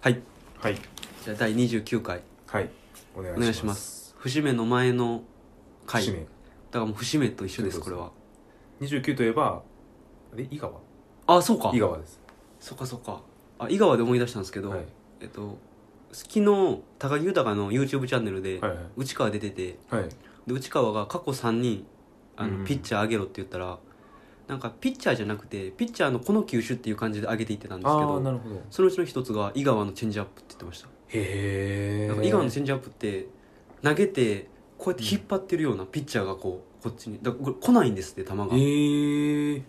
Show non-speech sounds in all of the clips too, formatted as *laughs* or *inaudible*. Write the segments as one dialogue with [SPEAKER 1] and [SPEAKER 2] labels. [SPEAKER 1] はい
[SPEAKER 2] はい
[SPEAKER 1] じゃあ第29回
[SPEAKER 2] はいお願い
[SPEAKER 1] お願いし
[SPEAKER 2] し
[SPEAKER 1] ま
[SPEAKER 2] ます
[SPEAKER 1] す節目の前の回
[SPEAKER 2] 節
[SPEAKER 1] だか
[SPEAKER 2] 目
[SPEAKER 1] らもう節目と一緒ですこ
[SPEAKER 2] そう
[SPEAKER 1] れ
[SPEAKER 2] いう
[SPEAKER 1] は
[SPEAKER 2] 29といえばあれ井川
[SPEAKER 1] あそうか
[SPEAKER 2] 井川です
[SPEAKER 1] そっかそっかあ井川で思い出したんですけど、
[SPEAKER 2] はい
[SPEAKER 1] えっと昨日高木豊の YouTube チャンネルで、
[SPEAKER 2] はいはい
[SPEAKER 1] 内川出てて
[SPEAKER 2] はい
[SPEAKER 1] で内川が過去3人あの、
[SPEAKER 2] うん
[SPEAKER 1] ピッチャー上げろって言ったらなんかピッチャーじゃなくてピッチャーのこの球種っていう感じで上げていってたんですけ
[SPEAKER 2] ああな
[SPEAKER 1] ど
[SPEAKER 2] るほどへ
[SPEAKER 1] そのうちの一つが井川のチェンジアップって言ってました
[SPEAKER 2] え
[SPEAKER 1] なんか井川のチェンジアップって投げてこうやって引っ張ってるようなピッチャーがこうこっちにだからこれ来ないんですって球が
[SPEAKER 2] へえ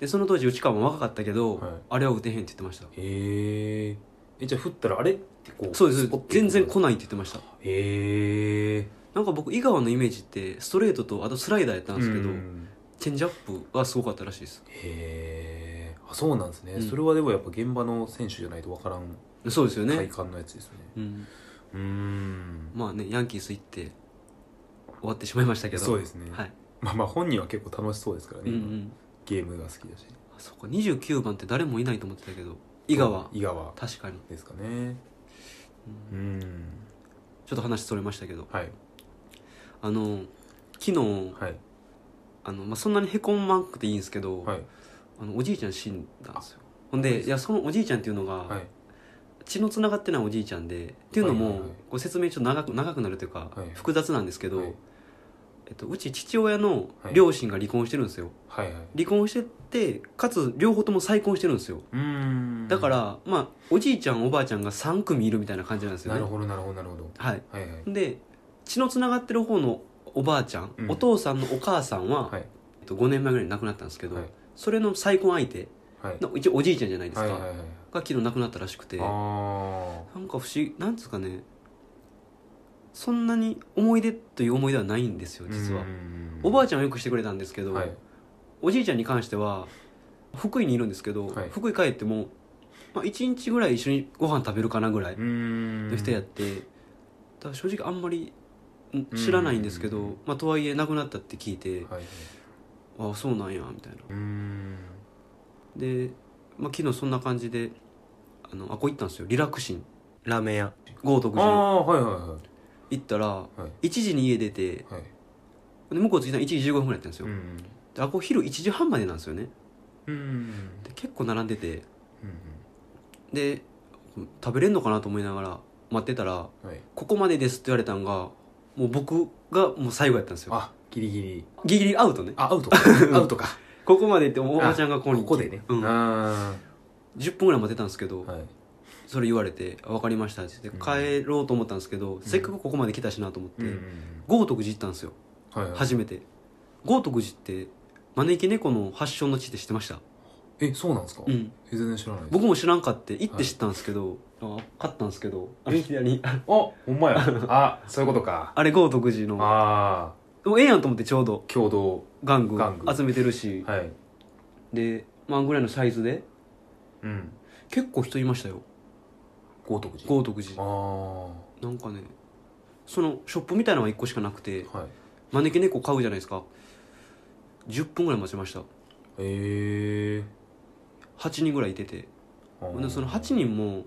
[SPEAKER 1] でその当時内川も若かったけど、
[SPEAKER 2] はい
[SPEAKER 1] あれは打てへんって言ってました
[SPEAKER 2] へええじゃあ振ったらあれってこう
[SPEAKER 1] そうです
[SPEAKER 2] スポッて
[SPEAKER 1] 全然来ないって言ってました
[SPEAKER 2] へえ
[SPEAKER 1] なんか僕井川のイメージってストレートとあとスライダーやったんですけど、
[SPEAKER 2] うん
[SPEAKER 1] チェンジアップがすごかったらしいです
[SPEAKER 2] へえあそうなんですね、
[SPEAKER 1] うん
[SPEAKER 2] それはでもやっぱ現場の選手じゃないと分からん
[SPEAKER 1] そうですよね、
[SPEAKER 2] 体感のやつですね
[SPEAKER 1] うん、
[SPEAKER 2] うーん
[SPEAKER 1] まあねヤンキース行って終わってしまいましたけど
[SPEAKER 2] そうですね、
[SPEAKER 1] はい、
[SPEAKER 2] まあまあ本人は結構楽しそうですから
[SPEAKER 1] う
[SPEAKER 2] ね、
[SPEAKER 1] んうん
[SPEAKER 2] ゲームが好きだし
[SPEAKER 1] あそっか29番って誰もいないと思ってたけど井川
[SPEAKER 2] 井川
[SPEAKER 1] 確かに、
[SPEAKER 2] ですかね
[SPEAKER 1] うん
[SPEAKER 2] うん
[SPEAKER 1] ちょっと話それましたけど
[SPEAKER 2] はい
[SPEAKER 1] あの昨日
[SPEAKER 2] はい
[SPEAKER 1] あの、まあ、そんなにへこまなくていいんですけど、
[SPEAKER 2] はい
[SPEAKER 1] あのおじいちゃん死んだんですよほんでいやそのおじいちゃんっていうのが、
[SPEAKER 2] はい
[SPEAKER 1] 血のつながってないおじいちゃんでっていうのも、
[SPEAKER 2] はいはいはい
[SPEAKER 1] ご説明ちょっと長く長くなるというか、
[SPEAKER 2] はい
[SPEAKER 1] 複雑なんですけど、
[SPEAKER 2] はい
[SPEAKER 1] えっと、うち父親の両親が離婚してるんですよ、
[SPEAKER 2] はいはい
[SPEAKER 1] 離婚しててかつ両方とも再婚してるんですよ
[SPEAKER 2] うーん
[SPEAKER 1] だから、まあおじいちゃんおばあちゃんが3組いるみたいな感じなんですよね
[SPEAKER 2] なるほどなるほどなるほど
[SPEAKER 1] はい
[SPEAKER 2] はいはい
[SPEAKER 1] で血のつながってる方のおばあちゃん、
[SPEAKER 2] うん
[SPEAKER 1] お父さんのお母さんは、
[SPEAKER 2] はい
[SPEAKER 1] えっと、5年前ぐらいに亡くなったんですけど、
[SPEAKER 2] はい
[SPEAKER 1] それの再婚相手
[SPEAKER 2] はい
[SPEAKER 1] の一応おじいちゃんじゃないです
[SPEAKER 2] は
[SPEAKER 1] か、
[SPEAKER 2] いはいはい
[SPEAKER 1] が昨日亡くなったらしくて
[SPEAKER 2] ああ
[SPEAKER 1] なんか不思議なんですかねそんなに思い出という思い出はないんですよ実は、おばあ
[SPEAKER 2] ち
[SPEAKER 1] ちゃんはよくしてくれたんですけど、
[SPEAKER 2] はい
[SPEAKER 1] おじいちゃんに関しては福井にいるんですけど、
[SPEAKER 2] はい
[SPEAKER 1] 福井帰っても、まあ、1日ぐらい一緒にご飯食べるかなぐらいう
[SPEAKER 2] ー
[SPEAKER 1] の
[SPEAKER 2] ん
[SPEAKER 1] 人やって、だから正直あんまりん知らないんですけど、
[SPEAKER 2] うん
[SPEAKER 1] まあ、とはいえ亡くなったって聞いて、
[SPEAKER 2] はい
[SPEAKER 1] ああそうなんやみたいな
[SPEAKER 2] うーん
[SPEAKER 1] で、まあ、昨日そんな感じであのあこう行ったんですよリラクシン
[SPEAKER 3] ラーメン屋
[SPEAKER 1] 豪徳
[SPEAKER 2] あ
[SPEAKER 1] 寺
[SPEAKER 2] あはいはいは
[SPEAKER 1] 行ったら
[SPEAKER 2] いはい
[SPEAKER 1] 1時に家出て
[SPEAKER 2] はい
[SPEAKER 1] で向こう着いたの1時15分ぐらいやったんですよ、
[SPEAKER 2] うん
[SPEAKER 1] であこう昼1時半までなんですよね
[SPEAKER 2] うんうん
[SPEAKER 1] で結構並んでて
[SPEAKER 2] うん
[SPEAKER 1] で食べれんのかなと思いながら待ってたら
[SPEAKER 2] うんはい
[SPEAKER 1] 「ここまでです」って言われたんがもう僕がもう最後やったんですよ
[SPEAKER 2] あギリギリ
[SPEAKER 1] ギリギリアウトね
[SPEAKER 2] あアウトかアウトか
[SPEAKER 1] ここまでっておばちゃんがここに
[SPEAKER 2] ここでね
[SPEAKER 1] うん、
[SPEAKER 2] あ
[SPEAKER 1] 10分ぐらい待ってたんですけど、
[SPEAKER 2] あはい
[SPEAKER 1] それ言われて「あわかりました」って言って
[SPEAKER 2] う
[SPEAKER 1] 帰ろうと思ったんですけど、せっかくここまで来たしなと思って、
[SPEAKER 2] うんうんうん
[SPEAKER 1] 豪徳寺行ったんですよ
[SPEAKER 2] はいはい
[SPEAKER 1] 初めて豪徳寺って招き猫の発祥の地って知ってました、
[SPEAKER 2] えそうなんですか
[SPEAKER 1] うん、
[SPEAKER 2] え全然知らないです
[SPEAKER 1] 僕も知らんかって行って知ったんですけど、あ買ったんですけどあれ左あ
[SPEAKER 2] あほんまやあそういうことか
[SPEAKER 1] あれ豪徳寺の
[SPEAKER 2] ああ
[SPEAKER 1] でもええやんと思ってちょうど
[SPEAKER 2] 共同
[SPEAKER 1] 玩具
[SPEAKER 2] 玩具
[SPEAKER 1] 集めてるし、
[SPEAKER 2] はい
[SPEAKER 1] でまあぐらいのサイズで
[SPEAKER 2] うん
[SPEAKER 1] 結構人いましたよ
[SPEAKER 2] 豪徳寺
[SPEAKER 1] 豪徳
[SPEAKER 2] あ
[SPEAKER 1] 寺
[SPEAKER 2] あは
[SPEAKER 1] なんかねそのショップみたいなのは1個しかなくて
[SPEAKER 2] い
[SPEAKER 1] 招き猫買うじゃないですか10分ぐらい待ちました
[SPEAKER 2] ええ
[SPEAKER 1] 8人ぐらいいてて
[SPEAKER 2] ー
[SPEAKER 1] でその8人も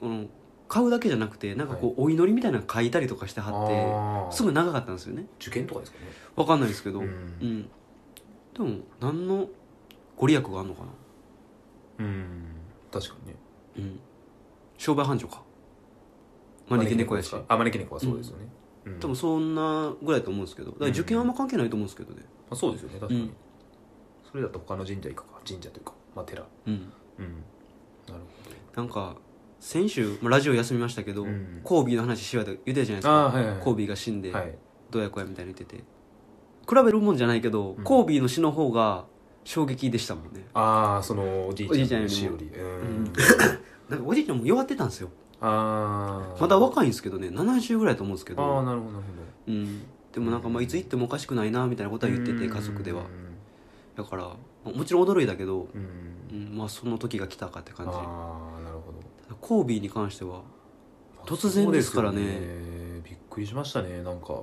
[SPEAKER 1] この買うだけじゃなくてなんかこうお祈りみたいなの書いたりとかしてはって、
[SPEAKER 2] あー
[SPEAKER 1] すぐ長かったんですよね
[SPEAKER 2] 受験とかですかね
[SPEAKER 1] わかんないですけど、
[SPEAKER 2] ん
[SPEAKER 1] うん、でも何のご利益があるのかな、
[SPEAKER 2] うん確かにね
[SPEAKER 1] うん、商売繁盛か招き猫やし
[SPEAKER 2] あ招き猫はそうですよねうん
[SPEAKER 1] 多分そんなぐらいだと思うんですけどだから受験はあんま関係ないと思うんですけどね
[SPEAKER 2] まあそうですよね確か
[SPEAKER 1] う
[SPEAKER 2] に
[SPEAKER 1] ん
[SPEAKER 2] それだと他の神社行くか神社というかまあ寺
[SPEAKER 1] うん
[SPEAKER 2] うんなる
[SPEAKER 1] なんか先週、まあ、ラジオ休みましたけど、
[SPEAKER 2] うん
[SPEAKER 1] コービーの話しようと言ってたじゃないですか、
[SPEAKER 2] あーはいはいはい
[SPEAKER 1] コービーが死ん
[SPEAKER 2] ほ
[SPEAKER 1] で、
[SPEAKER 2] どはい
[SPEAKER 1] どうやこうやみたいに言ってて比べるもんじゃないけど、
[SPEAKER 2] うん
[SPEAKER 1] コービーの死の方が衝撃でしたもんね
[SPEAKER 2] ああそのおじい
[SPEAKER 1] おじいち
[SPEAKER 2] ち
[SPEAKER 1] ゃ
[SPEAKER 2] ゃ
[SPEAKER 1] ん
[SPEAKER 2] ん
[SPEAKER 1] よ
[SPEAKER 2] の
[SPEAKER 1] りも
[SPEAKER 2] 死よりう
[SPEAKER 1] うん
[SPEAKER 2] ん
[SPEAKER 1] なんかおじいちゃんも弱ってたんですよ
[SPEAKER 2] ああ
[SPEAKER 1] まだ若いんですけどね70ぐらいだと思うんですけ
[SPEAKER 2] ああ
[SPEAKER 1] ど、
[SPEAKER 2] なるほどなる
[SPEAKER 1] うん、でもなんかまあいつ行ってもおかしくないなみたいなこ
[SPEAKER 2] ほ
[SPEAKER 1] と
[SPEAKER 2] ど
[SPEAKER 1] は言ってて家族ではだからまあもちろん驚いたけど、
[SPEAKER 2] うん
[SPEAKER 1] うんまあ、その時が来たかって感じ
[SPEAKER 2] ああなるほど
[SPEAKER 1] ただコービーに関しては突然ですからね
[SPEAKER 2] そうですよねびっくりしましたねなんか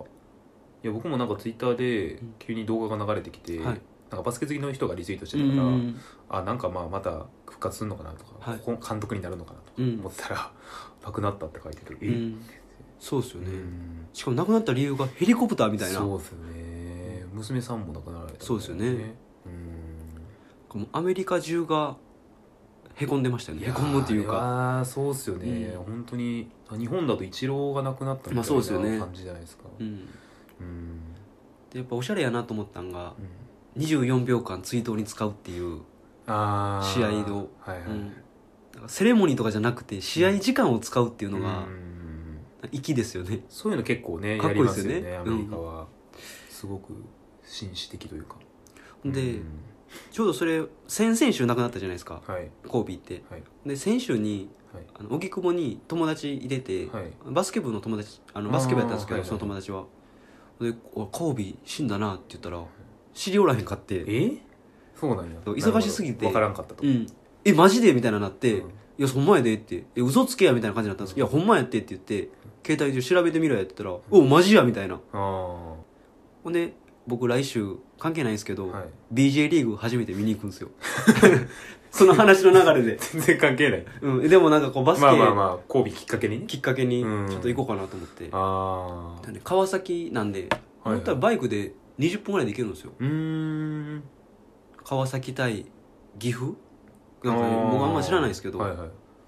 [SPEAKER 2] いや僕もなんかツイッターで
[SPEAKER 1] うん
[SPEAKER 2] 急に動画が流れてきて、
[SPEAKER 1] はい
[SPEAKER 2] なんかバスケ好きの人がリツイートして
[SPEAKER 1] う
[SPEAKER 2] たから、
[SPEAKER 1] ん
[SPEAKER 2] あなんかまあまた復活するのかなとか、
[SPEAKER 1] はい
[SPEAKER 2] ここ監督になるのかなとか
[SPEAKER 1] うん
[SPEAKER 2] 思ってたら *laughs* 「なくなった」って書いてる、
[SPEAKER 1] う
[SPEAKER 2] え
[SPEAKER 1] んそうですよね、
[SPEAKER 2] うん
[SPEAKER 1] しかも亡くなった理由がヘリコプターみたいな
[SPEAKER 2] そうですよね娘さんも亡くなられた、
[SPEAKER 1] そうですよね
[SPEAKER 2] うん
[SPEAKER 1] もうアメリカ中がへこんでましたよねへこむっていうか
[SPEAKER 2] ああそうですよね、
[SPEAKER 1] うん
[SPEAKER 2] 本当に日本だとイチローが亡くなったみ
[SPEAKER 1] まあそうですよ
[SPEAKER 2] たい
[SPEAKER 1] ね
[SPEAKER 2] な感じじゃないですか
[SPEAKER 1] うん
[SPEAKER 2] うん
[SPEAKER 1] でやっぱおしゃれやなと思ったんが
[SPEAKER 2] うん
[SPEAKER 1] 24秒間追悼に使うっていう
[SPEAKER 2] あー
[SPEAKER 1] 試合の
[SPEAKER 2] はいはい、
[SPEAKER 1] うんだからセレモニーとかじゃなくて試合時間を使うっていうのが
[SPEAKER 2] うん
[SPEAKER 1] 粋ですよね
[SPEAKER 2] そういうの結構ね
[SPEAKER 1] かっ
[SPEAKER 2] や
[SPEAKER 1] こいいで
[SPEAKER 2] りますす
[SPEAKER 1] よ
[SPEAKER 2] よ
[SPEAKER 1] ね
[SPEAKER 2] ねアメリカは、すごく紳士的というか
[SPEAKER 1] で
[SPEAKER 2] うん
[SPEAKER 1] ちょうどそれ先々週亡くなったじゃないですか
[SPEAKER 2] はい
[SPEAKER 1] コービーって
[SPEAKER 2] はい
[SPEAKER 1] で先週に
[SPEAKER 2] はい
[SPEAKER 1] あの荻窪に友達いてて
[SPEAKER 2] はい
[SPEAKER 1] バスケ部の友達あのバスケ部やったんですけ
[SPEAKER 2] あ
[SPEAKER 1] ど
[SPEAKER 2] ーはい
[SPEAKER 1] その友達はで「おコービー死んだな」って言ったら知りおらへんかって
[SPEAKER 2] えそうなんや
[SPEAKER 1] 忙しすぎて
[SPEAKER 2] 分からんかったと
[SPEAKER 1] うん、えマジでみたいななって、
[SPEAKER 2] うん
[SPEAKER 1] いやほんまやでってえ嘘つけやみたいな感じになったんですけど、いやほんまやってって言って携帯で調べてみろやって言ったら、おマジやみたいな
[SPEAKER 2] あ
[SPEAKER 1] ほんで僕来週関係ないんですけ
[SPEAKER 2] あ
[SPEAKER 1] ど、
[SPEAKER 2] はい *laughs*
[SPEAKER 1] BJ リーグ初めて見に行くんですよ *laughs* その話の流れ
[SPEAKER 2] *laughs*
[SPEAKER 1] で、
[SPEAKER 2] 全然関係ない
[SPEAKER 1] うん、えでもなんかこうバスケ
[SPEAKER 2] まあまあまあ交尾きっかけにね
[SPEAKER 1] きっかけにち
[SPEAKER 2] うん
[SPEAKER 1] ょっと行こうかなと思って、
[SPEAKER 2] ああ
[SPEAKER 1] なんで川崎なんで、
[SPEAKER 2] はいはい
[SPEAKER 1] 本当はバイクで20分ぐらいで行けるんですよ
[SPEAKER 2] うーん
[SPEAKER 1] 川崎対岐阜なんかね、
[SPEAKER 2] ー
[SPEAKER 1] 僕あんま知らないですけど、
[SPEAKER 2] はいはい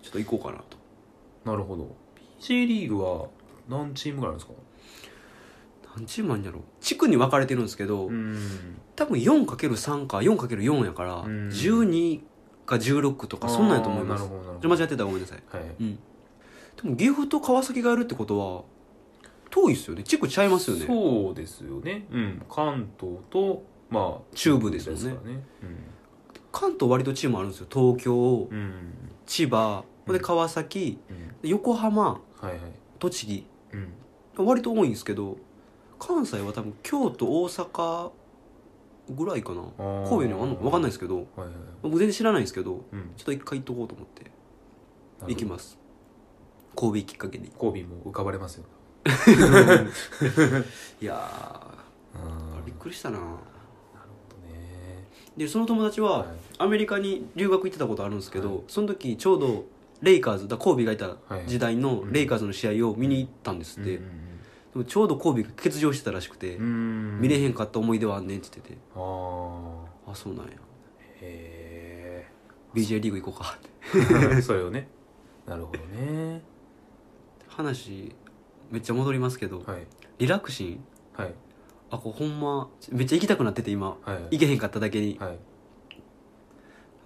[SPEAKER 1] ちょっと行こうかなと
[SPEAKER 2] なるほど BJ リーグは何チームぐらいあるんですか
[SPEAKER 1] 何チームあんやろ地区に分かれてるんですけど、
[SPEAKER 2] ん
[SPEAKER 1] 多分 4×3 か 4×4 やから、
[SPEAKER 2] うん
[SPEAKER 1] 12か16とかそんなんやと思います
[SPEAKER 2] あーなるほどなるほ
[SPEAKER 1] じ
[SPEAKER 2] ど
[SPEAKER 1] ゃあ間違ってたらごめんなさい
[SPEAKER 2] はい
[SPEAKER 1] うんでも岐阜と川崎がやるってことは遠いっすよね地区ちゃいますよね
[SPEAKER 2] そうですよね。うん、関東とまあ
[SPEAKER 1] 中部ですもんね
[SPEAKER 2] からね。
[SPEAKER 1] 関東割とチームあるんですよ東京
[SPEAKER 2] うん、うん、
[SPEAKER 1] 千葉
[SPEAKER 2] うん
[SPEAKER 1] で川崎
[SPEAKER 2] うん、
[SPEAKER 1] で横浜
[SPEAKER 2] はいはい。
[SPEAKER 1] 栃木
[SPEAKER 2] うん、
[SPEAKER 1] 割と多いんですけど関西は多分京都大阪ぐらいかな
[SPEAKER 2] あー
[SPEAKER 1] 神戸にはあんのか分かんないですけど
[SPEAKER 2] はいはい。
[SPEAKER 1] 僕全然知らないんですけど
[SPEAKER 2] うん、
[SPEAKER 1] ちょっと一回行っとこうと思って行き
[SPEAKER 2] す。
[SPEAKER 1] ます神戸きっかけに
[SPEAKER 2] 神戸も浮かばれますよ。
[SPEAKER 1] いや
[SPEAKER 2] ああ
[SPEAKER 1] ーびっくりしたな
[SPEAKER 2] ね。
[SPEAKER 1] でその友達
[SPEAKER 2] は
[SPEAKER 1] はいアメリカに留学行ってたことあるんですけど、
[SPEAKER 2] はい
[SPEAKER 1] その時ちょうどレイカーズだコービーがいた時代の
[SPEAKER 2] はい
[SPEAKER 1] レイカーズの試合を見に行ったんですって、
[SPEAKER 2] うん
[SPEAKER 1] でもちょうどコービーが欠場してたらしくて、
[SPEAKER 2] うんうん、
[SPEAKER 1] 見れへ
[SPEAKER 2] ん。
[SPEAKER 1] んかった思い出はあんねんって言ってて
[SPEAKER 2] ああ、
[SPEAKER 1] あそうなんや
[SPEAKER 2] へ
[SPEAKER 1] BJ リーグ行こうかって
[SPEAKER 2] え。 *laughs* それをね。なるほどね。
[SPEAKER 1] 話めっちゃ戻りますけど、
[SPEAKER 2] はい
[SPEAKER 1] リラクシン
[SPEAKER 2] はい
[SPEAKER 1] あこれほんまめっちゃ行きたくなってて今
[SPEAKER 2] はい。
[SPEAKER 1] 行けへんかっただけに、
[SPEAKER 2] はい。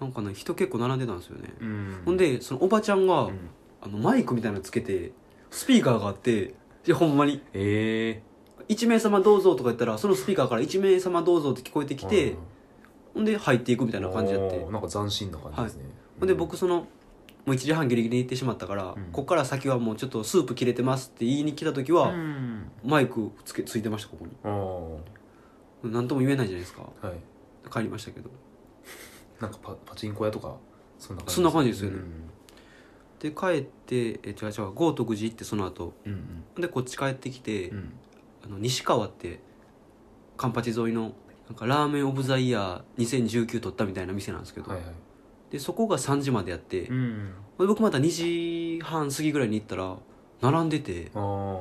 [SPEAKER 1] なんかね人結構並んでたんですよね、
[SPEAKER 2] うん
[SPEAKER 1] ほん、でそのおばちゃんが、
[SPEAKER 2] うん、
[SPEAKER 1] あのマイクみたいなのつけてスピーカーがあっていやほんまに
[SPEAKER 2] ええ。
[SPEAKER 1] 1名様どうぞとか言ったらそのスピーカーから1名様どうぞって聞こえてきて
[SPEAKER 2] うん
[SPEAKER 1] ほんで入っていくみたいな感じやって
[SPEAKER 2] おーなんか斬新な感じですね、
[SPEAKER 1] ほんで僕そのもう1時半ギリギリに行ってしまったから、
[SPEAKER 2] うん
[SPEAKER 1] こっから先はもうちょっとスープ切れてますって言いに来た時
[SPEAKER 2] は
[SPEAKER 1] は、
[SPEAKER 2] うん
[SPEAKER 1] マイクつけついてましたここに
[SPEAKER 2] あー
[SPEAKER 1] 何とも言えないじゃないですか
[SPEAKER 2] はい
[SPEAKER 1] 帰りましたけど
[SPEAKER 2] なんかパパチンコ屋とかそんな感じ
[SPEAKER 1] そんな感じですよね
[SPEAKER 2] うん
[SPEAKER 1] で帰ってえ違う違う豪徳寺行ってその後
[SPEAKER 2] うん
[SPEAKER 1] ほんでこっち帰ってきて、
[SPEAKER 2] うんうん
[SPEAKER 1] あの西川ってカンパチ沿いのなんかラーメンオブザイヤー2019取ったみたいな店なんですけど、
[SPEAKER 2] はいはい
[SPEAKER 1] でそこが3時までやって、
[SPEAKER 2] ん
[SPEAKER 1] で僕また2時半過ぎぐらいに行ったら並んでて
[SPEAKER 2] あー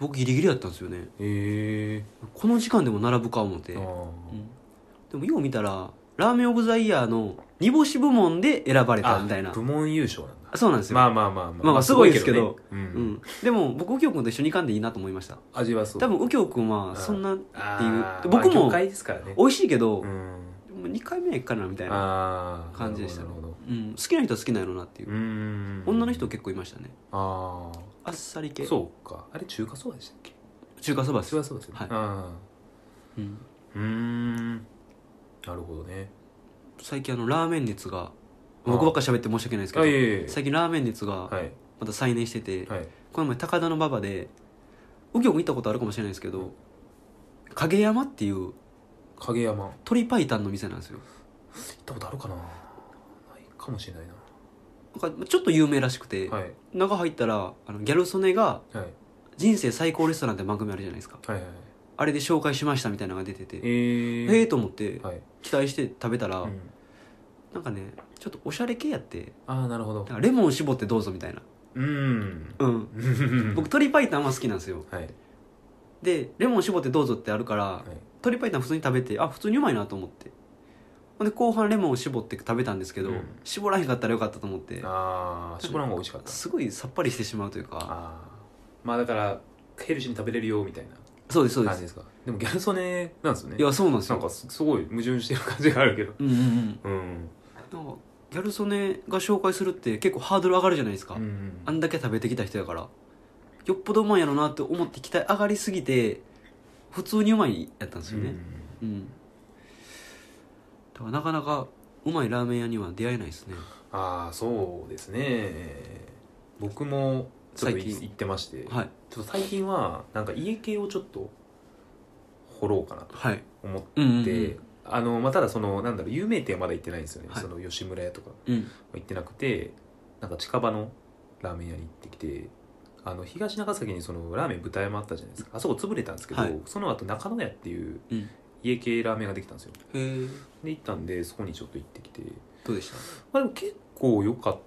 [SPEAKER 1] 僕ギリギリだったんですよね
[SPEAKER 2] ええ
[SPEAKER 1] この時間でも並ぶか思って、
[SPEAKER 2] ー、あー
[SPEAKER 1] うんでもよう見たらラーメンオブザイヤーの煮干し部門で選ばれたみたいな
[SPEAKER 2] あ部門優勝なんだ
[SPEAKER 1] そうなんですよ、
[SPEAKER 2] まあまあまあまあ
[SPEAKER 1] まあまあすごいですけど
[SPEAKER 2] すごいね
[SPEAKER 1] う
[SPEAKER 2] うん
[SPEAKER 1] ん、でも僕右京君と一緒に行かんでいいなと思いました
[SPEAKER 2] 味はそう
[SPEAKER 1] 多分右京君はそんな
[SPEAKER 2] あー
[SPEAKER 1] っていう僕も
[SPEAKER 2] まあ、魚介ですからね
[SPEAKER 1] 美味しいけど、
[SPEAKER 2] うん
[SPEAKER 1] もう2回目かなみたいな
[SPEAKER 2] ああ
[SPEAKER 1] 感じでしたね
[SPEAKER 2] なるほどなる
[SPEAKER 1] うん、好きな人は好きなんやろなってい
[SPEAKER 2] ほ
[SPEAKER 1] う、
[SPEAKER 2] どうん
[SPEAKER 1] 女の人結構いましたね
[SPEAKER 2] あ
[SPEAKER 1] あっさり
[SPEAKER 2] あ
[SPEAKER 1] 系
[SPEAKER 2] そうかあれ中華そばでしたっけ
[SPEAKER 1] 中華そばです
[SPEAKER 2] 中華そばですよね、
[SPEAKER 1] はい
[SPEAKER 2] あー
[SPEAKER 1] うん
[SPEAKER 2] うーんなるほどね
[SPEAKER 1] 最近あのラーメン熱が
[SPEAKER 2] あ
[SPEAKER 1] 僕ばっか喋って申し訳ないですけ
[SPEAKER 2] あ
[SPEAKER 1] ど
[SPEAKER 2] いえいえ
[SPEAKER 1] 最近ラーメン熱が
[SPEAKER 2] はい
[SPEAKER 1] また再燃してて、
[SPEAKER 2] はい
[SPEAKER 1] この前高田の馬場で右京君行ったことあるかもしれないですけど影山っていう
[SPEAKER 2] 影山行っ
[SPEAKER 1] 鶏白湯の店なんですよ
[SPEAKER 2] たことあるかなないかもしれない
[SPEAKER 1] なんかちょっと有名らしくて、
[SPEAKER 2] なはい
[SPEAKER 1] 中入ったらあのギャル曽根が
[SPEAKER 2] はい
[SPEAKER 1] 「人生最高レストラン」って番組あるじゃないですか
[SPEAKER 2] はいはい
[SPEAKER 1] ああれで紹介しましたみたいなのが出てて
[SPEAKER 2] えー、
[SPEAKER 1] ええと思って
[SPEAKER 2] はい、
[SPEAKER 1] 期待して食べたら、
[SPEAKER 2] うん
[SPEAKER 1] なんかねちょっとおしゃれ系やって
[SPEAKER 2] ああなるほど
[SPEAKER 1] だからレモン絞ってどうぞみたいな
[SPEAKER 2] うん
[SPEAKER 1] うん僕鶏白湯あんま好きなんですよ
[SPEAKER 2] はい
[SPEAKER 1] でレモン絞ってどうぞってあるから、鶏白湯普通に食べてあ普通にうまいなと思ってほんで後半レモンを絞って食べたんですけど、
[SPEAKER 2] うん
[SPEAKER 1] 絞らへんかったらよかったと思って
[SPEAKER 2] ああショコランが美味しかった
[SPEAKER 1] すごいさっぱりしてしまうというか
[SPEAKER 2] あーまあだからヘルシーに食べれるよみたいな
[SPEAKER 1] そうですそうで
[SPEAKER 2] 感
[SPEAKER 1] す
[SPEAKER 2] じですかでもギャル曽根なんですよね
[SPEAKER 1] いやそうなんです
[SPEAKER 2] なん
[SPEAKER 1] よ
[SPEAKER 2] かすすごい矛盾してる感じがあるけど
[SPEAKER 1] うんうんうん
[SPEAKER 2] うん
[SPEAKER 1] なんかギャル曽根が紹介するって結構ハードル上がるじゃないですか、
[SPEAKER 2] うん
[SPEAKER 1] あんだけ食べてきた人やからよっぽどうまいやろなって思って期待上がりすぎて普通にうまいやったんですよねうん、だからなかなかうまいラーメン屋には出会えないですね
[SPEAKER 2] ああそうですね僕もちょっとい
[SPEAKER 1] 最近
[SPEAKER 2] 行ってまして、
[SPEAKER 1] はい
[SPEAKER 2] ちょっと最近はなんか家系をちょっと掘ろうかなと
[SPEAKER 1] はい
[SPEAKER 2] 思って、
[SPEAKER 1] うんうんうん
[SPEAKER 2] あのまあ、ただそのなんだろう有名店はまだ行ってないんですよね、
[SPEAKER 1] はい
[SPEAKER 2] その吉村屋とかは
[SPEAKER 1] うん
[SPEAKER 2] 行ってなくてなんか近場のラーメン屋に行ってきてあの東長崎にそのラーメン豚山あったじゃないですかあそこ潰れたんですけど、
[SPEAKER 1] はい
[SPEAKER 2] その後中野屋っていう
[SPEAKER 1] うん
[SPEAKER 2] 家系ラーメンができたんですよ
[SPEAKER 1] へえ
[SPEAKER 2] で行ったんでそこにちょっと行ってきて
[SPEAKER 1] どうでした
[SPEAKER 2] まあ、でも結構良かっ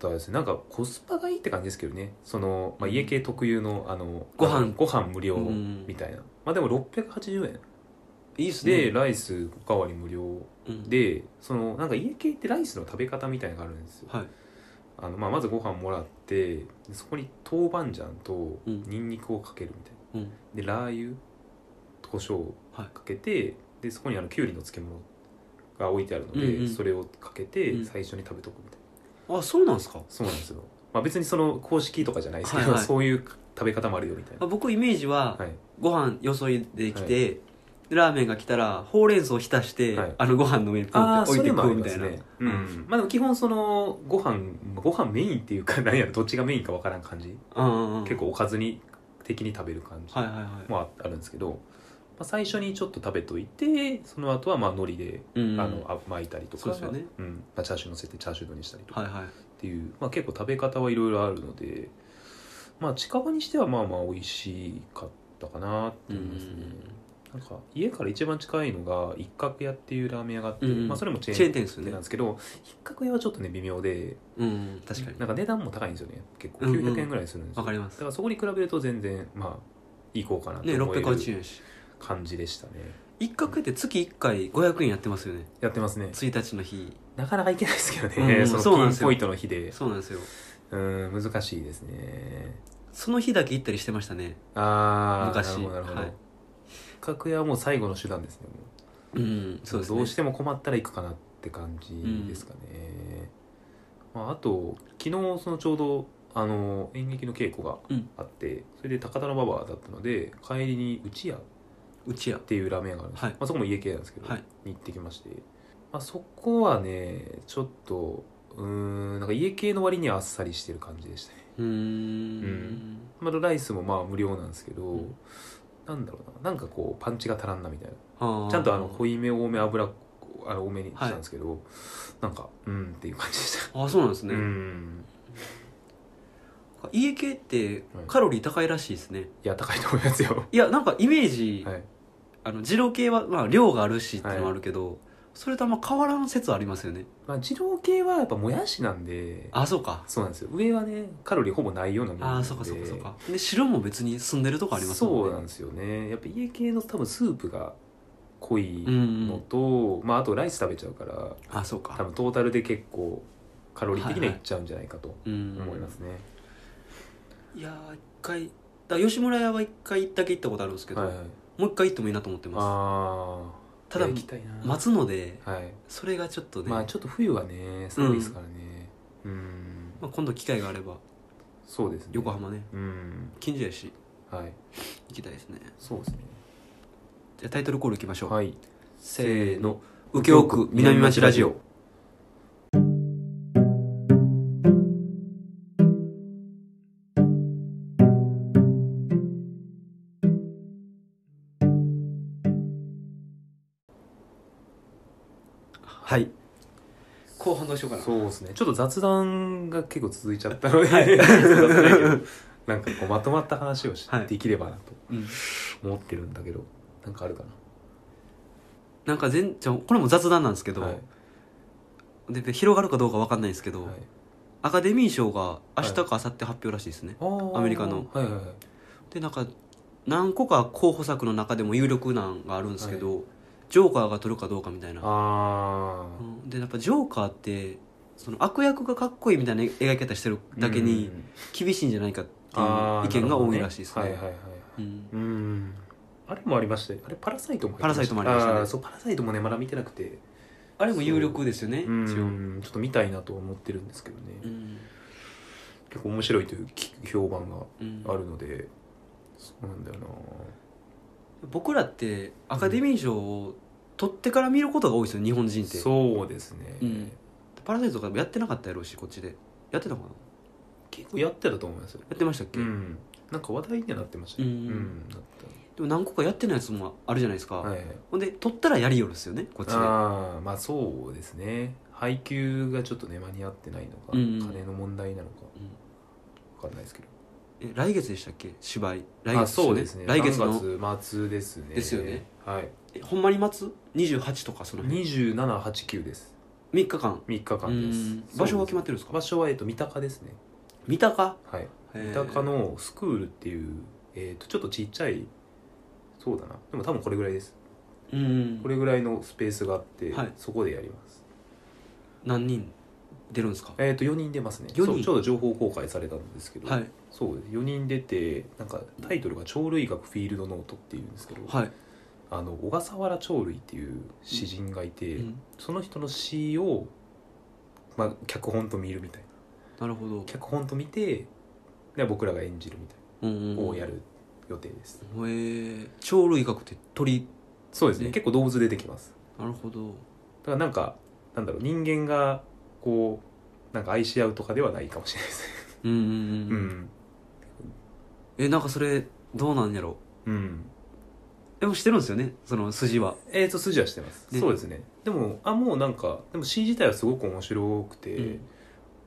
[SPEAKER 2] たですねなんかコスパがいいって感じですけどねその、まあ、家系特有のあの
[SPEAKER 1] ご飯
[SPEAKER 2] あのご飯無料
[SPEAKER 1] うん
[SPEAKER 2] みたいな、まあでも680円
[SPEAKER 1] いいっすね
[SPEAKER 2] で、ライスおかわり無料
[SPEAKER 1] うん、
[SPEAKER 2] でそのなんか家系ってライスの食べ方みたいなのがあるんですよ
[SPEAKER 1] はい
[SPEAKER 2] あの、まあ、まずご飯もらってでそこに豆板醤と
[SPEAKER 1] うん
[SPEAKER 2] ニンニクをかけるみたいな
[SPEAKER 1] うん
[SPEAKER 2] でラー油と胡椒
[SPEAKER 1] はい
[SPEAKER 2] かけて、でそこにあのきゅうりの漬物が置いてあるので、
[SPEAKER 1] うんうん
[SPEAKER 2] それをかけ
[SPEAKER 1] う
[SPEAKER 2] て
[SPEAKER 1] ん
[SPEAKER 2] 最初に食べとくみたいな。
[SPEAKER 1] あそうなんですか
[SPEAKER 2] そうなんですよ、まあ、別にその公式とかじゃないですけど、
[SPEAKER 1] はいはい
[SPEAKER 2] そういう食べ方もあるよみたい
[SPEAKER 1] あ
[SPEAKER 2] な、
[SPEAKER 1] 僕イメージは
[SPEAKER 2] はい、
[SPEAKER 1] ご飯よそいできて、でラーメンが来たらほうれん草を浸して、
[SPEAKER 2] はい
[SPEAKER 1] あのご飯の上にポン
[SPEAKER 2] あ
[SPEAKER 1] っ
[SPEAKER 2] あ
[SPEAKER 1] て置い
[SPEAKER 2] そ
[SPEAKER 1] て
[SPEAKER 2] れもあ
[SPEAKER 1] 食う
[SPEAKER 2] り
[SPEAKER 1] み
[SPEAKER 2] ま
[SPEAKER 1] た
[SPEAKER 2] す
[SPEAKER 1] いな、
[SPEAKER 2] ねうん、まあでも基本そのご飯ご飯メインっていうか何やろどっちがメインかわからん感じ、
[SPEAKER 1] うんうんうん
[SPEAKER 2] 結構おかずに的に食べる感じ
[SPEAKER 1] はいはいはい、
[SPEAKER 2] もああるんですけど、まあ、最初にちょっと食べといてその後はまあ海苔で、
[SPEAKER 1] うん、
[SPEAKER 2] あのあ巻いたりと
[SPEAKER 1] そう
[SPEAKER 2] か
[SPEAKER 1] ですよね
[SPEAKER 2] うんまあ、チャーシュー乗せてチャーシュー丼にしたりとか
[SPEAKER 1] はいはい
[SPEAKER 2] っていう、まあ、結構食べ方はいろいろあるので、まあ、近場にしてはまあまあ美味しかったかなって思いますねなんか家から一番近いのが一角屋っていうラーメン屋があって、
[SPEAKER 1] うんうん
[SPEAKER 2] まあ、それもチェ
[SPEAKER 1] チェー
[SPEAKER 2] ー
[SPEAKER 1] ン
[SPEAKER 2] ン
[SPEAKER 1] 店ですよ
[SPEAKER 2] 店
[SPEAKER 1] ね
[SPEAKER 2] なんですけど、一角屋はちょっとね微妙で
[SPEAKER 1] うん確かに
[SPEAKER 2] なんか値段も高いんですよね結構
[SPEAKER 1] うんうん
[SPEAKER 2] 900円ぐらいするんですよ、
[SPEAKER 1] わかりま
[SPEAKER 2] だ
[SPEAKER 1] す
[SPEAKER 2] からそこに比べると全然まあいいこうかなと
[SPEAKER 1] ね
[SPEAKER 2] 思え
[SPEAKER 1] 680
[SPEAKER 2] る
[SPEAKER 1] 円やし
[SPEAKER 2] 感じでしたね
[SPEAKER 1] 一角って月1回500円やってますよね
[SPEAKER 2] やってますね
[SPEAKER 1] 1日の日
[SPEAKER 2] なかなかいけないですけどね、
[SPEAKER 1] うんうん
[SPEAKER 2] そ
[SPEAKER 1] そうなん
[SPEAKER 2] の
[SPEAKER 1] で
[SPEAKER 2] ピ
[SPEAKER 1] す
[SPEAKER 2] ン
[SPEAKER 1] よ
[SPEAKER 2] ポイントの日で
[SPEAKER 1] そうなんですよ
[SPEAKER 2] うん難しいですね
[SPEAKER 1] その日だけ行ったりしてましたね
[SPEAKER 2] ああ
[SPEAKER 1] 昔
[SPEAKER 2] なるほどなるほど、
[SPEAKER 1] はい
[SPEAKER 2] 格屋はもう最後の手段ですねもう
[SPEAKER 1] うんそうですね
[SPEAKER 2] どうしても困ったら行くかなって感じですかね、まあ、あと昨日そのちょうどあの演劇の稽古があって、それで高田馬場だったので帰りに内屋っ
[SPEAKER 1] うちや
[SPEAKER 2] ていうラーメン屋があるんですよ、
[SPEAKER 1] はい
[SPEAKER 2] まあ、そこも家系なんですけど、
[SPEAKER 1] はい
[SPEAKER 2] に行ってきまして、まあ、そこはねちょっとうーんなんか家系の割にはあっさりしてる感じでしたね
[SPEAKER 1] うー
[SPEAKER 2] うんんまあ、ライスもまあ無料なんですけど、
[SPEAKER 1] うん
[SPEAKER 2] なんだろうななんかこうパンチが足らんなみたい
[SPEAKER 1] あ
[SPEAKER 2] な
[SPEAKER 1] ー
[SPEAKER 2] ちゃんとあの濃いめ多め油あの多めにしたんですけど、なんかうんっていう感じでした、
[SPEAKER 1] あそうなんですね、
[SPEAKER 2] うん
[SPEAKER 1] 家系って
[SPEAKER 2] はい
[SPEAKER 1] カロリー高いらしいですね
[SPEAKER 2] いや高いと思いま
[SPEAKER 1] *laughs*
[SPEAKER 2] すよ
[SPEAKER 1] いやなんかイメージ、
[SPEAKER 2] はい
[SPEAKER 1] あの二郎系は、まあ、量があるしってのもあるけど、それとあんま変わらん説ありますよね
[SPEAKER 2] まあ二郎系はやっぱもやしなんで
[SPEAKER 1] あそうか
[SPEAKER 2] そうなんですよ上はねカロリーほぼないようなもの
[SPEAKER 1] あ
[SPEAKER 2] なん
[SPEAKER 1] あ
[SPEAKER 2] で
[SPEAKER 1] そうかそうかそうかで白も別に住んでるとこあります
[SPEAKER 2] そうなん
[SPEAKER 1] ね
[SPEAKER 2] ですよねやっぱ家系の多分スープが濃い
[SPEAKER 1] うんう
[SPEAKER 2] の
[SPEAKER 1] ん
[SPEAKER 2] と、まああとライス食べちゃうから
[SPEAKER 1] あそう
[SPEAKER 2] 多
[SPEAKER 1] か
[SPEAKER 2] 分トータルで結構カロリー的にはいっちゃうんじゃないかと
[SPEAKER 1] うん
[SPEAKER 2] 思いますね、
[SPEAKER 1] いやー一回だから吉村屋は一回だけ行ったことあるんですけど、
[SPEAKER 2] はいはい、
[SPEAKER 1] もう一回行ってもいいなと思ってます
[SPEAKER 2] ああ
[SPEAKER 1] ただ
[SPEAKER 2] 行きたいな、
[SPEAKER 1] 待つので
[SPEAKER 2] はい
[SPEAKER 1] それがちょっとね、
[SPEAKER 2] ま
[SPEAKER 1] ま
[SPEAKER 2] あ
[SPEAKER 1] あ、
[SPEAKER 2] ちょっと冬はね寒いですからねうん
[SPEAKER 1] 今度機会があれば
[SPEAKER 2] そうですね
[SPEAKER 1] 横浜ね
[SPEAKER 2] うん
[SPEAKER 1] 近所やし
[SPEAKER 2] はい
[SPEAKER 1] 行きたいですね
[SPEAKER 2] そうですね
[SPEAKER 1] じゃあタイトルコールいきましょう、
[SPEAKER 2] はい
[SPEAKER 1] せーの右京区南町ラジオはい後半どうしようかな
[SPEAKER 2] そうですねちょっと雑談が *laughs* 結構続いちゃったので、
[SPEAKER 1] はい
[SPEAKER 2] 雑談だけどなんかこうまとまった話をし
[SPEAKER 1] はい
[SPEAKER 2] できればなと
[SPEAKER 1] うん、
[SPEAKER 2] 思ってるんだけどなんかあるか
[SPEAKER 1] なんか全じゃあこれも雑談なんですけ
[SPEAKER 2] な
[SPEAKER 1] ど、
[SPEAKER 2] はい
[SPEAKER 1] で広がるかどうか分かんないですけど、
[SPEAKER 2] はい
[SPEAKER 1] アカデミー賞が明日か明後日発表らしいですね、
[SPEAKER 2] あー
[SPEAKER 1] アメリカの
[SPEAKER 2] はいはいはい
[SPEAKER 1] でなんか何個か候補作の中でも有力なんがあるんですけど、ジョーカーが取るかどうかみたいな
[SPEAKER 2] ああ
[SPEAKER 1] うんでやっぱジョーカーってその悪役がかっこいいみたいな描き方してるだけに厳しいんじゃないかっていう意見が多いらしいですね
[SPEAKER 2] はいはいはい
[SPEAKER 1] うん
[SPEAKER 2] うんあれもありましたよあれパラサイトも入って
[SPEAKER 1] パラサイトもありましたね
[SPEAKER 2] ーそうパラサイトもねまだ見てなくて
[SPEAKER 1] あれも有力ですよね一
[SPEAKER 2] うん
[SPEAKER 1] 応、
[SPEAKER 2] ちょっと見たいなと思ってるんですけどね、
[SPEAKER 1] うん
[SPEAKER 2] 結構面白いというき評判
[SPEAKER 1] うん
[SPEAKER 2] があるので、そうなんだよな
[SPEAKER 1] 僕らってアカデミー賞を取ってから見ることが多いですよ日本人って
[SPEAKER 2] そうですね、
[SPEAKER 1] うんパラサイトとかやってなかったやろうしこっちでやってたかな
[SPEAKER 2] 結構やってたと思いますよ
[SPEAKER 1] やってましたっけ、
[SPEAKER 2] うんなんか話題にはなってましたね
[SPEAKER 1] うん
[SPEAKER 2] なっ
[SPEAKER 1] でも何個かやってないやつもあるじゃないですか、
[SPEAKER 2] たはいはい
[SPEAKER 1] ほんで取ったらやりよるですよねこっちで
[SPEAKER 2] ああまあそうですね配給がちょっとね間に合ってないのか、
[SPEAKER 1] うんうん
[SPEAKER 2] 金の問題なのか
[SPEAKER 1] うん
[SPEAKER 2] わかんないですけど
[SPEAKER 1] え来月でしたっけ芝居来
[SPEAKER 2] あ
[SPEAKER 1] 月
[SPEAKER 2] そうですね
[SPEAKER 1] 来月の
[SPEAKER 2] 3月末ですね
[SPEAKER 1] ですよね
[SPEAKER 2] はい
[SPEAKER 1] えほんまに待つ28とかその辺
[SPEAKER 2] 2789です
[SPEAKER 1] 3日間
[SPEAKER 2] 3日
[SPEAKER 1] う
[SPEAKER 2] 間
[SPEAKER 1] ん
[SPEAKER 2] です
[SPEAKER 1] 場所は決ま
[SPEAKER 2] っ
[SPEAKER 1] ってるんですか
[SPEAKER 2] 場所は、えっと、三鷹ですね
[SPEAKER 1] 三鷹
[SPEAKER 2] はい
[SPEAKER 1] へ
[SPEAKER 2] 三
[SPEAKER 1] ー
[SPEAKER 2] 鷹のスクールっていう、えー、とちょっとちっちゃいそうだなでも多分これぐらいです
[SPEAKER 1] うん
[SPEAKER 2] これぐらいのスペースがあって、
[SPEAKER 1] はい
[SPEAKER 2] そこでやります
[SPEAKER 1] 何人出るんですか
[SPEAKER 2] えっ、と4人出ますね
[SPEAKER 1] 四人
[SPEAKER 2] そうちょうど情報公開されたんですけど、
[SPEAKER 1] はい
[SPEAKER 2] そう4人出てなんかタイトルが「鳥類学フィールドノート」っていうんですけど、
[SPEAKER 1] はい、
[SPEAKER 2] あの小笠原鳥類っていう詩人がいて、
[SPEAKER 1] うん
[SPEAKER 2] その人の詩を、まあ、脚本と見るみたいな
[SPEAKER 1] なるほど
[SPEAKER 2] 脚本と見てで僕らが演じるみたい
[SPEAKER 1] うんうん
[SPEAKER 2] な
[SPEAKER 1] うん
[SPEAKER 2] をやる予定です、
[SPEAKER 1] へえ鳥類学って鳥
[SPEAKER 2] そうですね
[SPEAKER 1] ね
[SPEAKER 2] 結構動物出てきます
[SPEAKER 1] なるほど
[SPEAKER 2] だからなんかなんだろう人間がこうなんか愛し合うとかではないかもしれないですね
[SPEAKER 1] うんうんうん、
[SPEAKER 2] うん
[SPEAKER 1] えなんかそれどうなんやろ
[SPEAKER 2] うん
[SPEAKER 1] でもしてるんですよねその筋は
[SPEAKER 2] えー、と筋はしてます、
[SPEAKER 1] ね
[SPEAKER 2] そうですねでもあもうなんかでも詩自体はすごく面白くて、
[SPEAKER 1] うん